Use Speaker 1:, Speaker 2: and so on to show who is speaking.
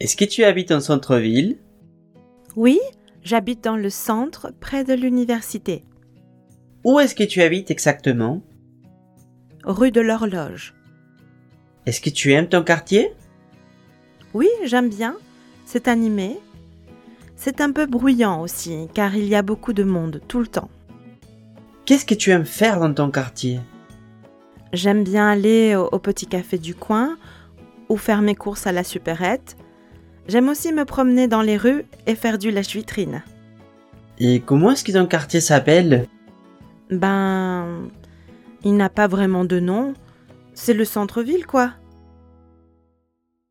Speaker 1: Est-ce que tu habites en centre-ville
Speaker 2: Oui, j'habite dans le centre, près de l'université,
Speaker 1: Où est-ce que tu habites exactement
Speaker 2: rue de l'horloge.
Speaker 1: Est-ce que tu aimes ton quartier
Speaker 2: Oui, j'aime bien. C'est animé. C'est un peu bruyant aussi, car il y a beaucoup de monde tout le temps.
Speaker 1: Qu'est-ce que tu aimes faire dans ton quartier
Speaker 2: J'aime bien aller au, au petit café du coin ou faire mes courses à la supérette. J'aime aussi me promener dans les rues et faire du lèche-vitrine.
Speaker 1: Et comment est-ce que ton quartier s'appelle
Speaker 2: Ben, il n'a pas vraiment de nom. C'est le centre-ville, quoi.